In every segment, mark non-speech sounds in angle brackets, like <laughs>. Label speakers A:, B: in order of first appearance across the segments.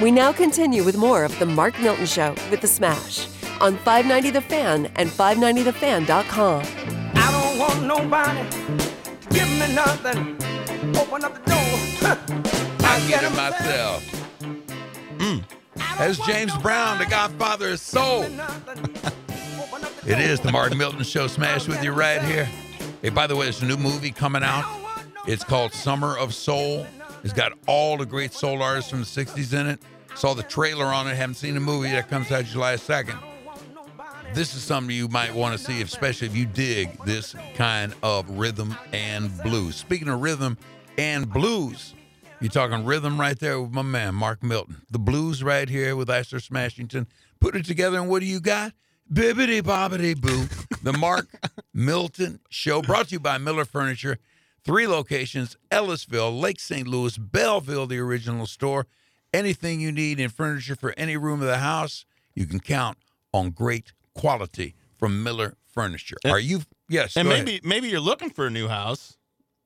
A: We now continue with more of The Mark Milton Show with The Smash on 590 The Fan and 590TheFan.com.
B: I don't want nobody. Give me nothing. Open up the door. <laughs> I
C: Thinking
B: get
C: to myself. That's Mm. James Brown, the Godfather of Soul. <laughs> It is the Martin Milton Show Smash with you right here. Hey, by the way, there's a new movie coming out. It's called Summer of Soul. It's got all the great soul artists from the 60s in it. Saw the trailer on it, haven't seen the movie that comes out July 2nd. This is something you might want to see, especially if you dig this kind of rhythm and blues. Speaking of rhythm and blues, you're talking rhythm right there with my man, Mark Milton. The blues right here with Asher Smashington. Put it together, and what do you got? Bibbity bobbity boo. The Mark Milton Show, brought to you by Miller Furniture. Three locations Ellisville, Lake St. Louis, Belleville, the original store. Anything you need in furniture for any room of the house, you can count on great quality from Miller Furniture. Are you? Yes.
D: And
C: go
D: maybe maybe you're looking for a new house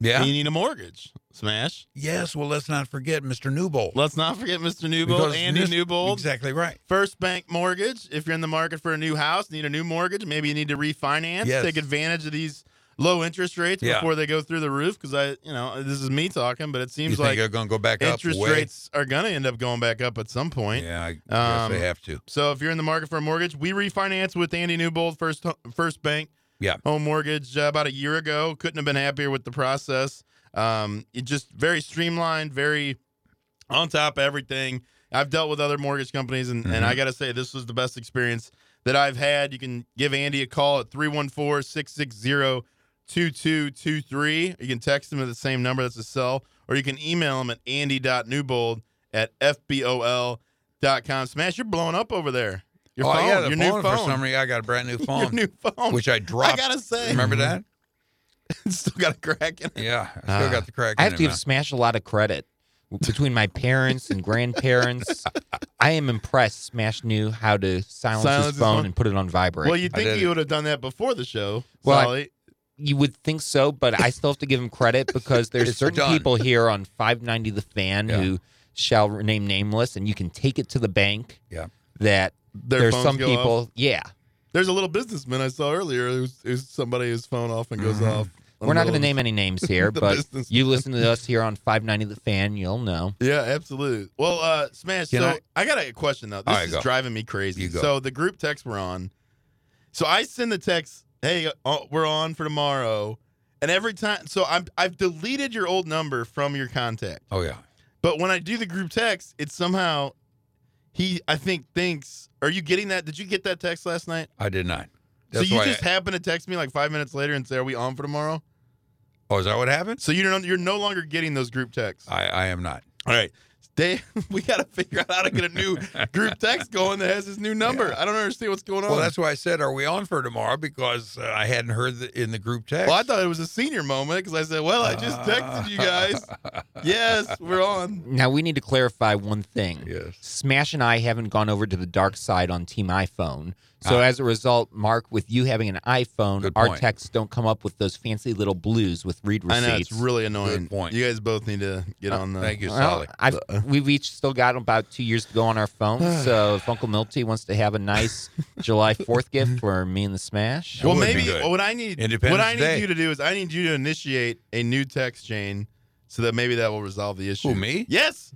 C: ahead.
D: and you
C: Yeah.
D: need a mortgage. Smash.
C: Yes. Well, let's not forget Mr. Newbold.
D: Let's not forget Mr. Newbold,
C: Because
D: Andy
C: Mr.
D: Newbold.
C: Exactly right.
D: First Bank Mortgage. If you're in the market for a new house, need a new mortgage, maybe you need to refinance.
C: Yes.
D: Take advantage of these low interest rates
C: Yeah.
D: before they go through the roof. Because I, you know, this is me talking, but it
C: You
D: seems
C: think
D: like
C: they're going to go back
D: interest
C: up? way-
D: rates are going to end up going back up at some point.
C: Yeah, I guess
D: Um,
C: they have to.
D: So if you're in the market for a mortgage, we refinanced with Andy Newbold, First First Bank
C: Yeah.
D: Home Mortgage uh, about a year ago. Couldn't have been happier with the process. Um, it just very streamlined, very on top of everything. I've dealt with other mortgage companies, and, and
C: Mm-hmm.
D: I got to say, this was the best experience that I've had. You can give Andy a call at 314 660 2223. You can text him at the same number, that's a cell, or you can email him at andy.newbold at fbol.com. Smash, you're blowing up over there. Your
C: oh,
D: phone,
C: yeah, the
D: your
C: phone,
D: new phone.
C: for some reason. I got a brand new phone,
D: <laughs> Your new phone.
C: which I dropped.
D: I Mm-hmm. gotta say.
C: remember that?
D: <laughs> Still got a crack in it.
C: Yeah, I still
D: Ah.
C: got the crack. in
E: I have
C: it
E: to give
C: now.
E: Smash a lot of credit. Between my parents and grandparents, I am impressed. Smash knew how to silence,
D: Silence
E: his
D: his
E: phone
D: phone.
E: and put it on vibrate.
D: Well, you'd
C: I
D: think
C: did
D: he
C: it.
D: would have done that before the show.
E: Well, I-
D: Solly.
E: You would think so, but I still have to give him credit because there's
C: It's
E: certain
C: done.
E: people here on 590 The Fan
C: Yeah.
E: who shall remain nameless, and you can take it to the bank.
C: Yeah.
E: That
D: Their
E: there's
D: phones
E: some
D: go
E: people,
D: off.
E: yeah.
D: There's a little businessman I saw earlier who's, who's somebody whose phone often goes
C: Mm-hmm.
D: off.
E: We're not going to name any names here,
D: The
E: but
D: business-
E: you listen to us here on 590 The Fan, you'll know.
D: <laughs> Yeah, absolutely. Well, uh, Smash.
C: Can
D: so
C: I-
D: I? got a question though. This
C: All right,
D: is
C: go.
D: driving me crazy.
C: You go.
D: So the group text we're on. So I send the text, "Hey, uh, we're on for tomorrow," and every time, so I'm I've deleted your old number from your contact.
C: Oh yeah,
D: But when I do the group text, it's somehow he I think thinks. Are you getting that? Did you get that text last night?
C: I did not. That's
D: so you
C: why.
D: just
C: I,
D: happen to text me like five minutes later and say, "Are we on for tomorrow?"
C: oh, is that what happened?
D: So you don't. You're no longer getting those group texts.
C: I, I am not.
D: All right, Dave, <laughs> we got to figure out how to get
C: <laughs>
D: a new group text going that has his new number. I don't understand what's going on.
C: Well, that's why I said, "Are we on for tomorrow?" Because uh, I hadn't heard the, in the group text.
D: Well, I thought it was a senior moment because I said, "Well, I just texted
C: <laughs>
D: you guys. yes, we're on."
E: Now, we need to clarify one thing.
C: Yes.
E: Smash and I haven't gone over to the dark side on Team iPhone. So as a result, Mark, with you having an iPhone,
C: Ah. Good
E: our
C: point.
E: texts don't come up with those fancy little blues with read
D: I
E: receipts.
D: know it's really annoying.
C: Good point. Uh,
D: You guys both need to get on the.
C: Thank you,
E: Well,
C: Solly.
E: I've, we've each still got about two years to go on our phone.
C: <sighs>
E: so if Uncle Milty wants to have
C: <laughs>
E: a nice July 4th gift for me and the Smash,
D: Well,
C: That would be
D: maybe
C: good.
D: what I need what
C: Independence
D: I need
C: Day.
D: you to do is I need you to initiate a new text chain so that maybe that will resolve the issue.
C: Who, me?
D: Yes.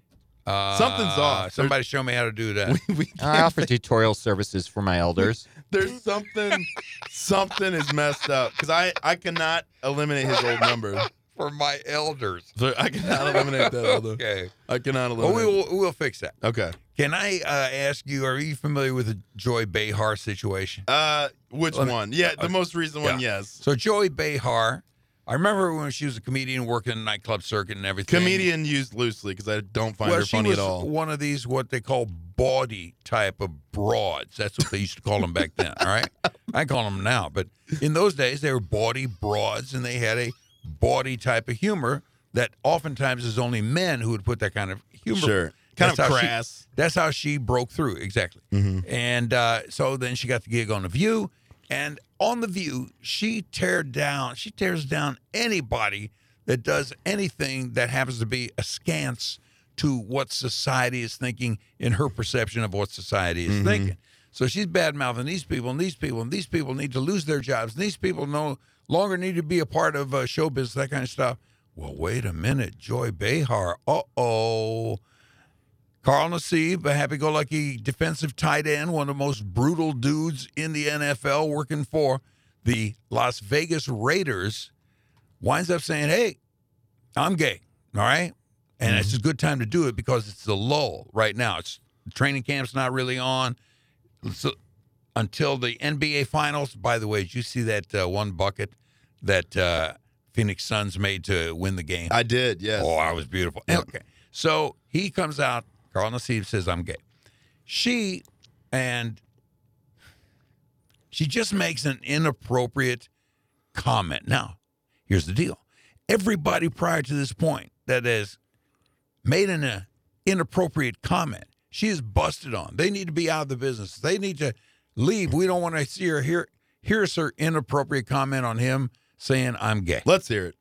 C: Uh,
D: Something's off.
C: Somebody show me how to do that.
D: <laughs> We
E: I offer tutorial services for my elders.
D: there's something something is messed up because I I cannot eliminate his old number.
C: for my elders.
D: So I cannot eliminate that. Although
C: Okay.
D: I cannot eliminate.
C: Well, we will we'll fix that.
D: Okay.
C: Can I uh, ask you? Are you familiar with the Joy Behar situation?
D: Uh, which
C: Let me- uh,
D: one? Yeah, the most recent one. Yes.
C: So Joy Behar, I remember when she was a comedian working in the nightclub circuit and everything.
D: Comedian used loosely because I don't find
C: well,
D: her
C: she
D: funny
C: was
D: at all.
C: one of these what they call bawdy type of broads. That's what they used to call them back then. All right, I call them now, but in those days they were bawdy broads, and they had a bawdy type of humor that oftentimes is only men who would put that kind of humor.
D: Sure. Kind of
C: how she-
D: crass.
C: that's how she broke through exactly. And uh, so then she got the gig on The View, and on The View she tear down. She tears down anybody that does anything that happens to be askance to what society is thinking in her perception of what society is thinking. So she's bad mouthing these people and these people and these people need to lose their jobs. And these people no longer need to be a part of uh, show business, that kind of stuff. Well, wait a minute, Joy Behar. Uh oh. Carl Nassib, a happy go lucky defensive tight end, one of the most brutal dudes in the NFL, working for the Las Vegas Raiders, winds up saying, Hey, I'm gay. All right. And it's a good time to do it because it's the lull right now. It's training camp's not really on. So, until the NBA Finals. By the way, did you see that uh, one bucket that uh, Phoenix Suns made to win the game?
D: I did, yes.
C: Oh, I was beautiful. Okay. So he comes out, Carl Nassib says, I'm gay. She and she just makes an inappropriate comment. Now, here's the deal. Everybody prior to this point that has made an uh, inappropriate comment, she is busted on. They need to be out of the business. They need to leave. We don't want to see her here. Here's her inappropriate comment on him saying, I'm gay.
D: Let's hear it.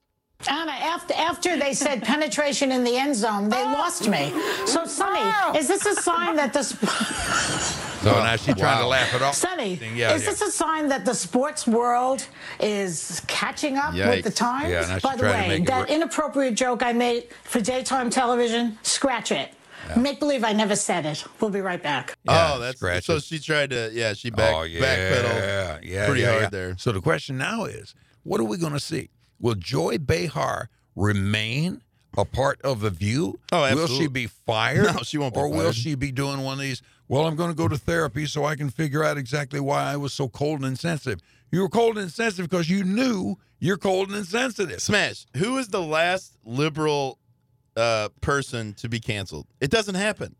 F: Anna, after, after they said penetration in the end zone, they lost me. So, Sonny, is this a sign that the sp-
C: So now she's trying to
D: uh, Wow.
C: laugh it off.
F: Sonny,
C: Yeah,
F: is
C: yeah.
F: this a sign that the sports world is catching up with the
D: Yikes.
F: times?
C: Yeah, now she's
F: By the
C: trying to
F: way,
C: make it
F: that
C: work.
F: inappropriate joke I made for daytime television, scratch it. Make believe I never said it. We'll be right back.
C: Yeah,
D: oh, that's
C: scratch
D: so
C: it. Oh,
D: she tried to yeah, she back backpedaled
C: yeah,
D: pretty
C: yeah,
D: hard
C: yeah.
D: there.
C: So the question now is, what are we going to see? Will Joy Behar remain a part of the View?
D: Oh,
C: Will she
D: absolutely.
C: be fired?
D: No, she won't be
C: Or will
D: fired.
C: she be doing one of these? Well, I'm going to go to therapy so I can figure out exactly why I was so cold and insensitive. You were cold and insensitive because you knew you're cold and insensitive.
D: Smash. Who is the last liberal uh, person to be canceled? It doesn't happen.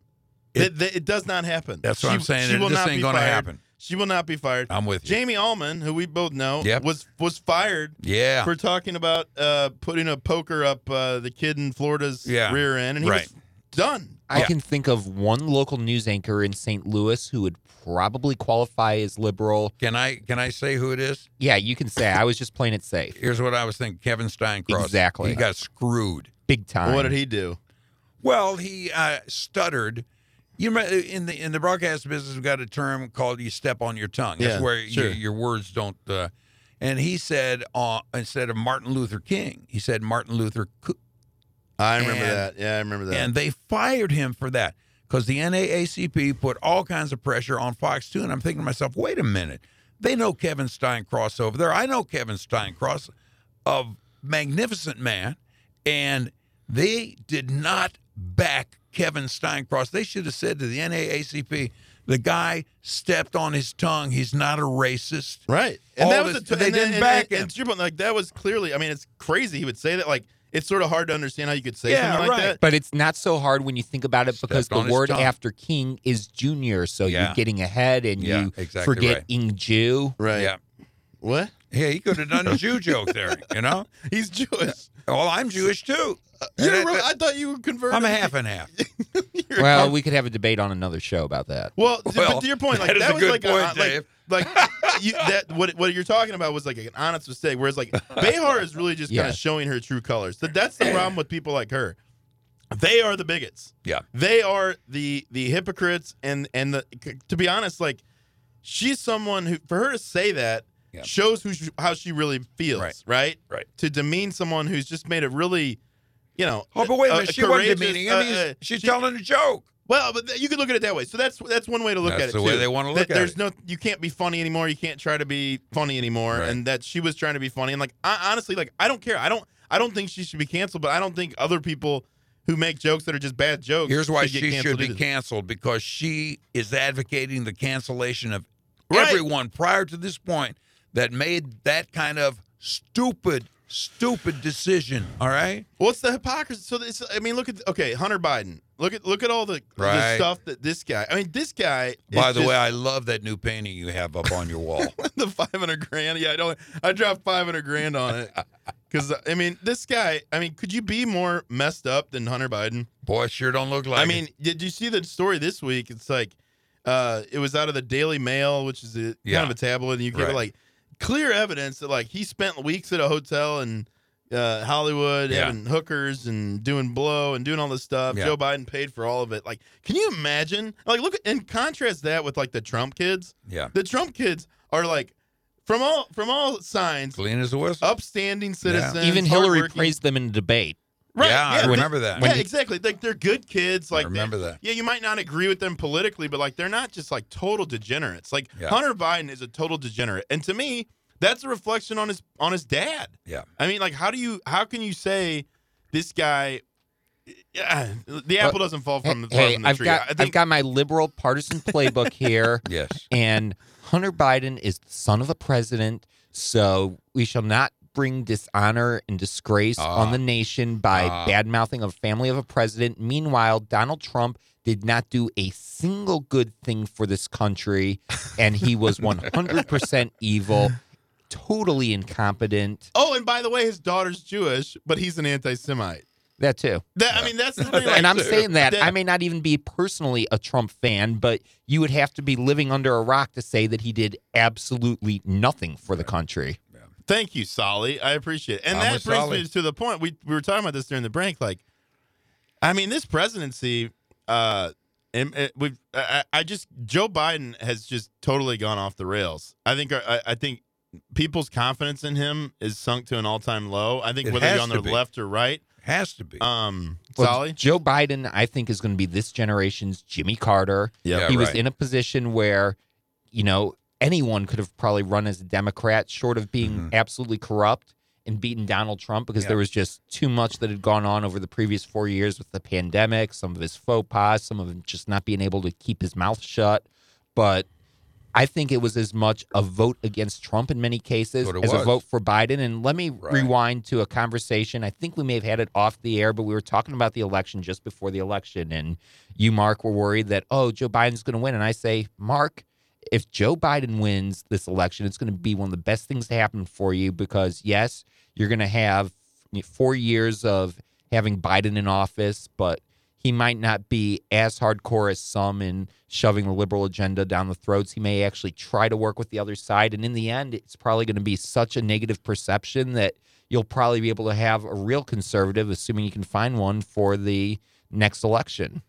D: It, it, does not happen.
C: That's what I'm saying. This ain't
D: be
C: gonna
D: fired.
C: happen.
D: She will not be fired.
C: I'm with you.
D: Jamie Allman, who we both know,
C: Yep.
D: was was fired
C: Yeah.
D: for talking about uh, putting a poker up uh, the kid in Florida's
C: Yeah.
D: rear end, and he
C: Right.
D: was done.
C: <laughs>
E: I
C: Yeah.
E: can think of one local news anchor in St. Louis who would probably qualify as liberal.
C: Can I can I say who it is?
E: Yeah, you can say I was just playing it safe,
C: Here's what I was thinking. Kevin Steincross.
E: Exactly.
C: He got screwed.
E: big time.
D: What did he do?
C: Well, he uh, stuttered. You remember in the in the broadcast business, we've got a term called "you step on your tongue." That's
D: Yeah,
C: where you-
D: sure.
C: your words don't. Uh, and he said uh, instead of Martin Luther King, he said Martin Luther, Coo-
D: I remember
C: And-
D: that. Yeah, I remember that.
C: and they fired him for that because the NAACP put all kinds of pressure on Fox Two. And I'm thinking to myself, wait a minute, they know Kevin Steincross over there. I know Kevin Steincross, of magnificent man, and they did not back Kevin Steincross. They should have said to the NAACP, the guy stepped on his tongue. He's not a racist.
D: Right. And
C: All
D: that was
C: this-
D: a t-
C: they
D: and
C: didn't
D: and-
C: back
D: and- and
C: him.
D: to your point, like that was clearly I mean, it's crazy he would say that. Like it's sort of hard to understand how you could say
C: Yeah,
D: something like
C: right.
D: that.
E: But it's not so hard when you think about it because
C: Stepped on
E: the
C: his
E: word
C: tongue.
E: after king is junior, so
C: Yeah.
E: you're getting ahead and
C: Yeah,
E: you
C: exactly
E: forget
C: right.
E: ing Jew.
D: Right.
C: Yeah.
D: What?
C: Yeah, he could have done a Jew joke there, you
D: <laughs>
C: know?
D: He's Jewish.
C: Well, I'm Jewish too.
D: You're
C: And
D: right.
C: I-
D: I thought you converted.
C: I'm a half and half.
E: Well, we could have a debate on another show about that.
D: Well,
C: Well,
D: but to your point, like
C: that is
D: that,
C: a
D: was
C: good
D: like,
C: point,
D: a, like,
C: Dave.
D: like you, that. What what you're talking about was like an honest mistake. Whereas like Behar is really just kind
E: Yeah.
D: of showing her true colors. That that's the problem with people like her. They are the bigots.
C: Yeah.
D: They are the the hypocrites and and the to be honest, like she's someone who for her to say that
C: Yeah.
D: shows who she, how she really feels,
C: Right.
D: right.
C: Right.
D: To demean someone who's just made a really, you know,
C: Oh, but wait a
D: a-
C: minute.
D: a
C: she wasn't
D: courageous,
C: demeaning
D: uh,
C: him. He's-
D: uh,
C: she's
D: she-
C: telling a joke.
D: well, but th- you could look at it that way. So that's that's one way to look
C: That's
D: at it.
C: the way
D: too.
C: they wanna
D: That
C: look at
D: there's
C: it.
D: no, you can't be funny anymore. You can't try to be funny anymore.
C: Right.
D: And that she was trying to be funny. And like, I, honestly, like I don't care. I don't. I don't think she should be canceled. But I don't think other people who make jokes that are just bad jokes.
C: Here's why
D: should get
C: she should
D: canceled
C: be
D: either.
C: canceled because she is advocating the cancellation of
D: Right.
C: everyone prior to this point that made that kind of stupid, stupid decision. All right?
D: What's the hypocrisy? So this, I mean, look at okay, Hunter Biden. Look at look at all the,
C: Right.
D: the stuff that this guy. I mean, this guy. is
C: By the
D: just-
C: way, I love that new painting you have up on your wall.
D: <laughs> the 500 grand. Yeah, I don't. I dropped 500 grand on it because I mean, this guy. I mean, could you be more messed up than Hunter Biden?
C: Boy, it sure don't look like.
D: I
C: it.
D: mean, did you see the story this week? It's like uh it was out of the Daily Mail, which is a,
C: Yeah.
D: kind of a tabloid in the UK.
C: Right.
D: But like clear evidence that like he spent weeks at a hotel in uh, Hollywood
C: Yeah.
D: having hookers and doing blow and doing all this stuff.
C: Yeah.
D: Joe Biden paid for all of it. Like, can you imagine? Like, look and contrast that with like the Trump kids.
C: Yeah.
D: The Trump kids are like, from all from all signs,
C: Clean as a whistle.
D: upstanding citizens.
E: Even Hillary
D: hardworking.
E: praised them in a debate.
D: Right.
C: Yeah, I
D: they-
C: remember that.
D: Yeah,
C: When you-
D: exactly. Like they're good kids. Like they-
C: remember that.
D: Yeah, you might not agree with them politically, but like they're not just like total degenerates. Like
C: Yeah.
D: Hunter Biden is a total degenerate, and to me, that's a reflection on his on his dad.
C: Yeah.
D: I mean, like how do you how can you say this guy? Yeah, the apple doesn't fall from the, far
E: Hey,
D: from the
E: I've
D: tree.
E: got
D: I think
E: I've got my liberal partisan
D: <laughs>
E: playbook here.
C: Yes.
E: and Hunter Biden is the son of a president, so we shall not bring dishonor and disgrace
D: Ah.
E: on the nation by bad mouthing of a family of a president. Meanwhile, Donald Trump did not do a single good thing for this country, and
D: <laughs>
E: he was 100% evil, totally incompetent.
D: Oh, and by the way, his daughter's Jewish, but he's an anti-Semite.
E: That too.
D: That I
C: <laughs>
D: mean, that's the thing. like,
E: And I'm saying that
D: that-
E: I may not even be personally a Trump fan, but you would have to be living under a rock to say that he did absolutely nothing for the country.
D: Thank you, Solly. I appreciate it. And
C: I'm
D: that
C: with
D: brings
C: Solly.
D: me to the point we we were talking about this during the break. Like, I mean, this presidency, uh, am- eh, we've I, I I just Joe Biden has just totally gone off the rails. I think uh, I, I think people's confidence in him is sunk to an all time low. I think
C: It
D: whether
C: has
D: you're on
C: to
D: the
C: be.
D: left or right,
C: Has to
D: <laughs>
C: be.
D: um,
E: Well,
D: Solly.
E: Joe Biden, I think, is going to be this generation's Jimmy Carter.
C: Yeah,
E: he was
C: right.
E: in a position where, you know, anyone could have probably run as a Democrat, short of being absolutely corrupt and beaten Donald Trump because
C: Mm-hmm. Yeah.
E: there was just too much that had gone on over the previous four years with the pandemic, some of his faux pas, some of him just not being able to keep his mouth shut. But I think it was as much a vote against Trump in many cases
C: What
E: as
C: it
E: a
C: was.
E: vote for Biden. And let me
C: Right.
E: rewind to a conversation. I think we may have had it off the air, but we were talking about the election just before the election. And you, Mark, were worried that, oh, Joe Biden's going to win. And I say, Mark, if Joe Biden wins this election, it's going to be one of the best things to happen for you because, yes, you're going to have four years of having Biden in office, but he might not be as hardcore as some in shoving the liberal agenda down the throats. He may actually try to work with the other side. And in the end, it's probably going to be such a negative perception that you'll probably be able to have a real conservative, assuming you can find one for the next election.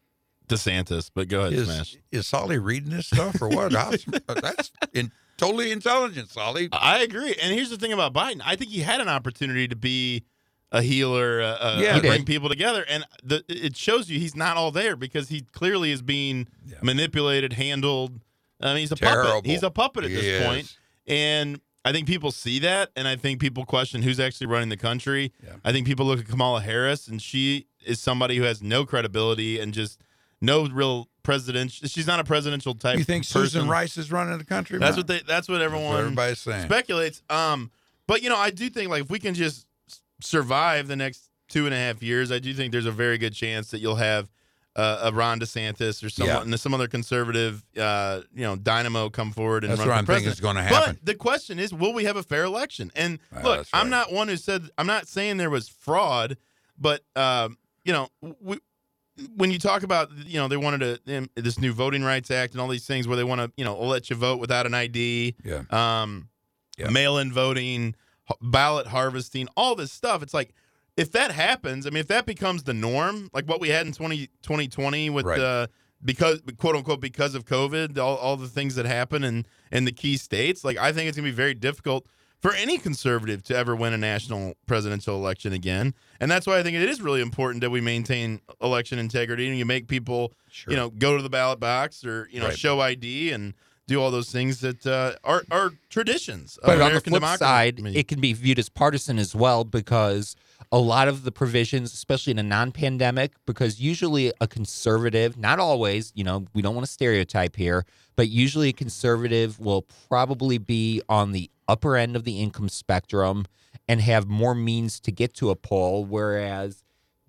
D: DeSantis, but go ahead, Smash.
C: is is Solly reading this stuff or
D: <laughs>
C: what? I'm- that's in, totally intelligent, Solly.
D: I agree. And here's the thing about Biden. I think he had an opportunity to be a healer, uh, uh,
C: Yeah,
E: he
D: bring
E: did.
D: people together, and the, it shows you he's not all there because he clearly is being manipulated, handled. I mean, he's a
C: Terrible.
D: puppet. He's a puppet at
C: He
D: this
C: is.
D: point. and I think people see that, and I think people question who's actually running the country.
C: Yeah.
D: I think people look at Kamala Harris, and she is somebody who has no credibility and just no real presidential. She's not a presidential type.
C: You think Susan
D: person.
C: Rice is running the country?
D: That's
C: man?
D: what they. That's what
C: That's what
D: everyone
C: everybody's saying.
D: speculates. Um, but you know, I do think like if we can just s- survive the next two and a half years, I do think there's a very good chance that you'll have uh, a Ron DeSantis or someone, some other conservative, uh, you know, dynamo come forward and
C: That's
D: run
C: what
D: for
C: I'm thinking
D: president.
C: is gonna happen.
D: But the question is, will we have a fair election? And
C: Ah,
D: look,
C: that's
D: I'm
C: right.
D: not one who said I'm not saying there was fraud, but um, you know, we, when you talk about you know they wanted to them- this new voting rights act and all these things where they want to you know let you vote without an ID,
C: Yeah.
D: um,
C: Yeah.
D: mail-in voting, h- ballot harvesting, all this stuff. It's like if that happens, I mean, if that becomes the norm, like what we had in 20, 2020 with
C: Right.
D: the because quote unquote because of COVID, all, all the things that happen in in the key states, like I think it's gonna be very difficult for any conservative to ever win a national presidential election again. And that's why I think it is really important that we maintain election integrity and you make people,
C: Sure.
D: you know, go to the ballot box or, you know,
C: Right.
D: show ID and do all those things that uh, are, are traditions. of
E: But on the
D: American
E: flip
D: democracy.
E: side,
D: I mean,
E: it can be viewed as partisan as well because a lot of the provisions, especially in a non pandemic, because usually a conservative, not always, you know, we don't want to stereotype here, but usually a conservative will probably be on the upper end of the income spectrum and have more means to get to a poll, whereas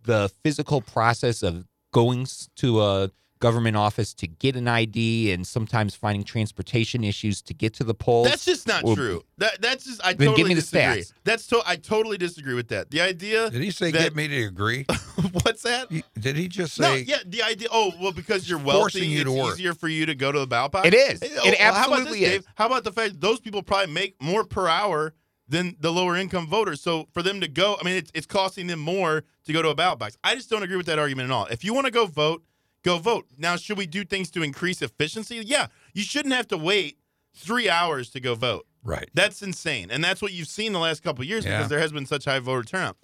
E: the physical process of going s- to a government office to get an ID and sometimes finding transportation issues to get to the polls.
D: That's just not
E: Well,
D: true. That that's just I
E: Then
D: totally
E: give me the
D: disagree.
E: stats.
D: That's to I totally disagree with that. The idea
C: Did he say
D: that-
C: get me to agree?
D: <laughs> what's that?
C: He- Did he just say?
D: No, yeah, the idea. Oh, well, because you're
C: Forcing
D: wealthy,
C: you to
D: it's
C: work.
D: easier for you to go to the ballot box.
E: It is.
D: Hey, oh,
E: It
D: well, how about this,
E: absolutely is.
D: Dave? How about the fact that those people probably make more per hour than the lower income voters. So for them to go, I mean, it's, it's costing them more to go to a ballot box. I just don't agree with that argument at all. If you want to go vote, go vote. Now, should we do things to increase efficiency? Yeah, you shouldn't have to wait three hours to go vote.
C: Right.
D: That's insane, and that's what you've seen the last couple of years
C: Yeah.
D: because there has been such high voter turnout.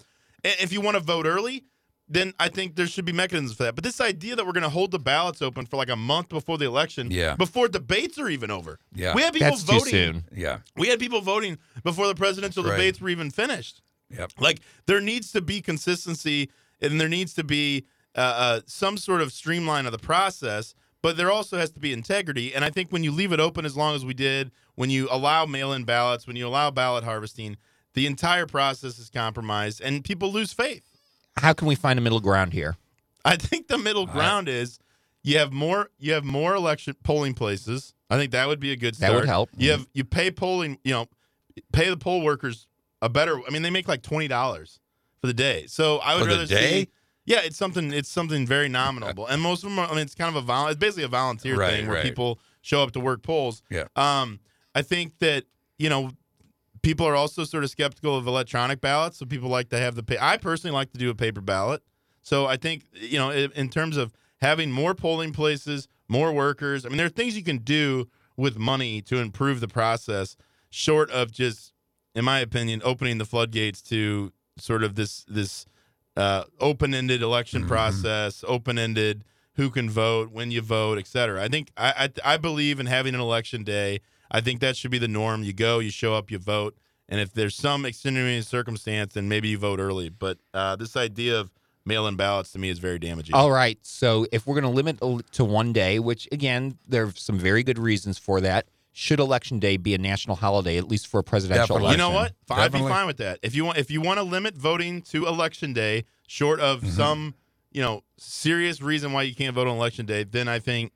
D: I- If you want to vote early, then I think there should be mechanisms for that. But this idea that we're going to hold the ballots open for like a month before the election,
C: Yeah.
D: before debates are even over,
C: Yeah.
D: we had people
E: That's too
D: voting.
E: soon.
C: Yeah.
D: We had people voting before the presidential
C: That's right.
D: debates were even finished.
C: Yep.
D: Like there needs to be consistency, and there needs to be uh, uh, some sort of streamline of the process. But there also has to be integrity, and I think when you leave it open as long as we did, when you allow mail-in ballots, when you allow ballot harvesting, the entire process is compromised, and people lose faith.
E: How can we find a middle ground here?
D: <laughs> I think the middle ground is you have more you have more election polling places. I think that would be a good
E: That
D: start.
E: would help.
D: You have you pay polling, you know, pay the poll workers a better I mean they make like $20 for the day. So I would
C: For the
D: rather
C: day?
D: see yeah, it's something it's something very nominal. and most of them are, I mean it's kind of a vol- it's basically a volunteer
C: Right,
D: thing where
C: right.
D: people show up to work polls.
C: Yeah.
D: Um I think that you know people are also sort of skeptical of electronic ballots, so people like to have the pa- I personally like to do a paper ballot. So I think you know, in, in terms of having more polling places, more workers. I mean, there are things you can do with money to improve the process, short of just, in my opinion, opening the floodgates to sort of this this uh, open-ended election process, open-ended who can vote, when you vote, et cetera. I think I, I I believe in having an election day. I think that should be the norm. You go, you show up, you vote. And if there's some extenuating circumstance, then maybe you vote early. But uh, this idea of mail-in ballots to me is very damaging.
E: All right. So if we're going to limit el- to one day, which again, there are some very good reasons for that, should election day be a national holiday, at least for a presidential
C: Definitely.
D: you
E: election?
D: know what? F- I'd be
C: Definitely.
D: fine with that. If you want, if you want to limit voting to election day, short of
C: Mm-hmm.
D: some, you know, serious reason why you can't vote on election day, then I think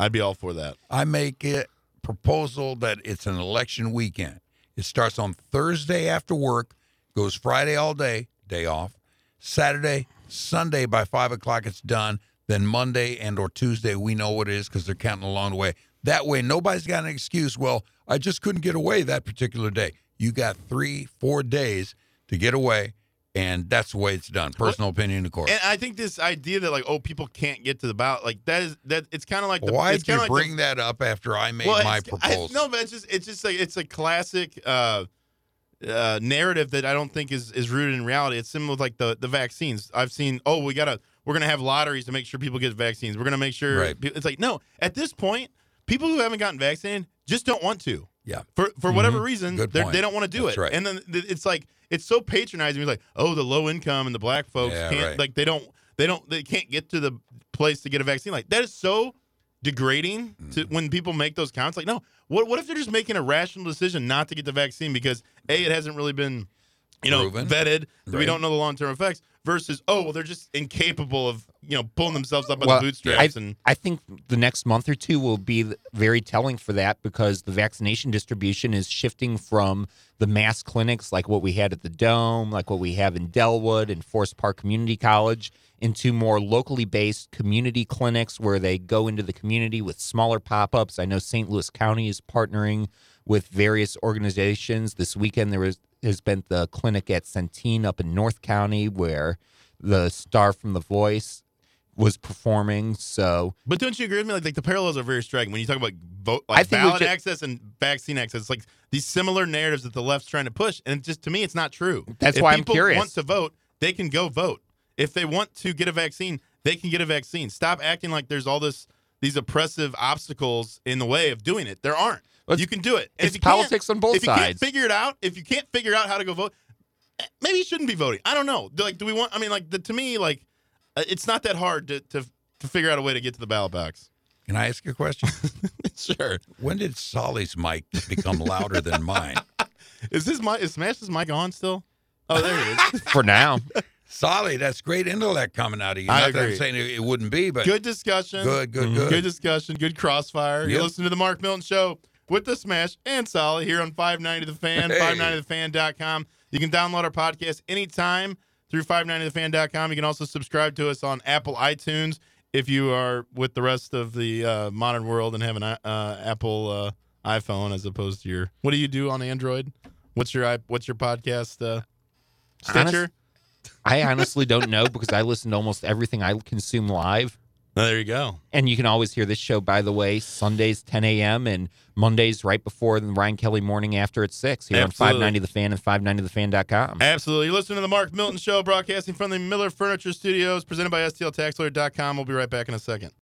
D: I'd be all for that.
C: I make a proposal that it's an election weekend. It starts on Thursday after work, goes Friday all day, day off. Saturday, Sunday by five o'clock it's done. Then Monday and or Tuesday we know what it is because they're counting along the way. That way nobody's got an excuse. Well, I just couldn't get away that particular day. You got three, four days to get away, and that's the way it's done. Personal opinion, of course.
D: And I think this idea that like, oh, people can't get to the ballot, like that is that it's kind of like uh, the,
C: Why
D: it's
C: did you
D: kinda like the-
C: bring that up after I made
D: Well,
C: my
D: it's- I-
C: proposal?
D: no, but it's just it's just like it's a classic uh, uh, narrative that I don't think is is rooted in reality. It's similar with like the the vaccines. I've seen oh we gotta we're gonna have lotteries to make sure people get vaccines. We're gonna make sure
C: Right.
D: pe- it's like no at this point people who haven't gotten vaccinated just don't want to
C: yeah. Mm-hmm.
D: for for whatever reason
C: Good
D: they're-
C: point.
D: they don't want to do
C: That's
D: it
C: right.
D: and then th- it's like it's so patronizing it's like oh the low income and the black folks
C: Yeah,
D: can't
C: right.
D: like they don't they don't they can't get to the place to get a vaccine like that is so degrading to
C: Mm-hmm.
D: when people make those comments like no what what if they're just making a rational decision not to get the vaccine because a it hasn't really been you know
C: Proven.
D: vetted that we
C: Right.
D: don't know the long-term effects versus oh well they're just incapable of you know pulling themselves up by
E: Well,
D: the bootstraps
E: I,
D: and
E: I think the next month or two will be th- very telling for that because the vaccination distribution is shifting from the mass clinics like what we had at the Dome, like what we have in Delwood and Forest Park Community College, into more locally based community clinics where they go into the community with smaller pop ups. I know St. Louis County is partnering with various organizations. This weekend, there was, has been the clinic at Centene up in North County where the star from The Voice was performing. So
D: But don't you agree with me? Like, like the parallels are very striking when you talk about vote, like
E: I think we
D: ballot
E: should-
D: access and vaccine access. It's like these similar narratives that the left's trying to push, and it just to me, it's not true.
E: That's
D: if
E: why I'm
D: people
E: curious.
D: Want to vote? They can go vote. If they want to get a vaccine, they can get a vaccine. Stop acting like there's all this these oppressive obstacles in the way of doing it. There aren't.
E: Well, it's-
D: you can do it.
E: it's
D: if you can't-
E: politics on both
D: if you can't
E: sides.
D: figure it out, if you can't figure out how to go vote, eh, maybe you shouldn't be voting. I don't know. Do- Like, do we want? I mean, like the, to me, like uh, it's not that hard to, to to figure out a way to get to the ballot box.
C: Can I ask you a question?
D: <laughs> Sure.
C: When did Solly's mic become louder than
D: <laughs>
C: mine?
D: Is this mic? Is Smash's mic on still? Oh, there it is.
E: for now,
C: Solly, that's great intellect coming out of you.
D: I
C: Not that I'm
D: agree.
C: saying it, it wouldn't be, but
D: good discussion.
C: good, good,
D: Good.
C: good.
D: discussion. Good crossfire.
C: Yep.
D: You listen to the Mark Milton Show with the Smash and Solid here on 590 The Fan,
C: Hey.
D: 590thefan.com. You can download our podcast anytime through 590thefan.com. You can also subscribe to us on Apple iTunes if you are with the rest of the uh, modern world and have an i- uh, Apple uh, iPhone as opposed to your. What do you do on Android? What's your i- what's your podcast? Uh,
E: Honest-
D: Stitcher.
E: I honestly don't know because I listen to almost everything I consume live.
D: Oh, there you go.
E: And you can always hear this show, by the way, Sundays 10 a.m. and Mondays right before the Ryan Kelly morning after at 6 here
D: Absolutely.
E: on 590 The Fan and 590thefan.com.
D: Absolutely. You're listening to the Mark Milton Show, broadcasting from the Miller Furniture Studios, presented by STLTaxLawyer.com. We'll be right back in a second.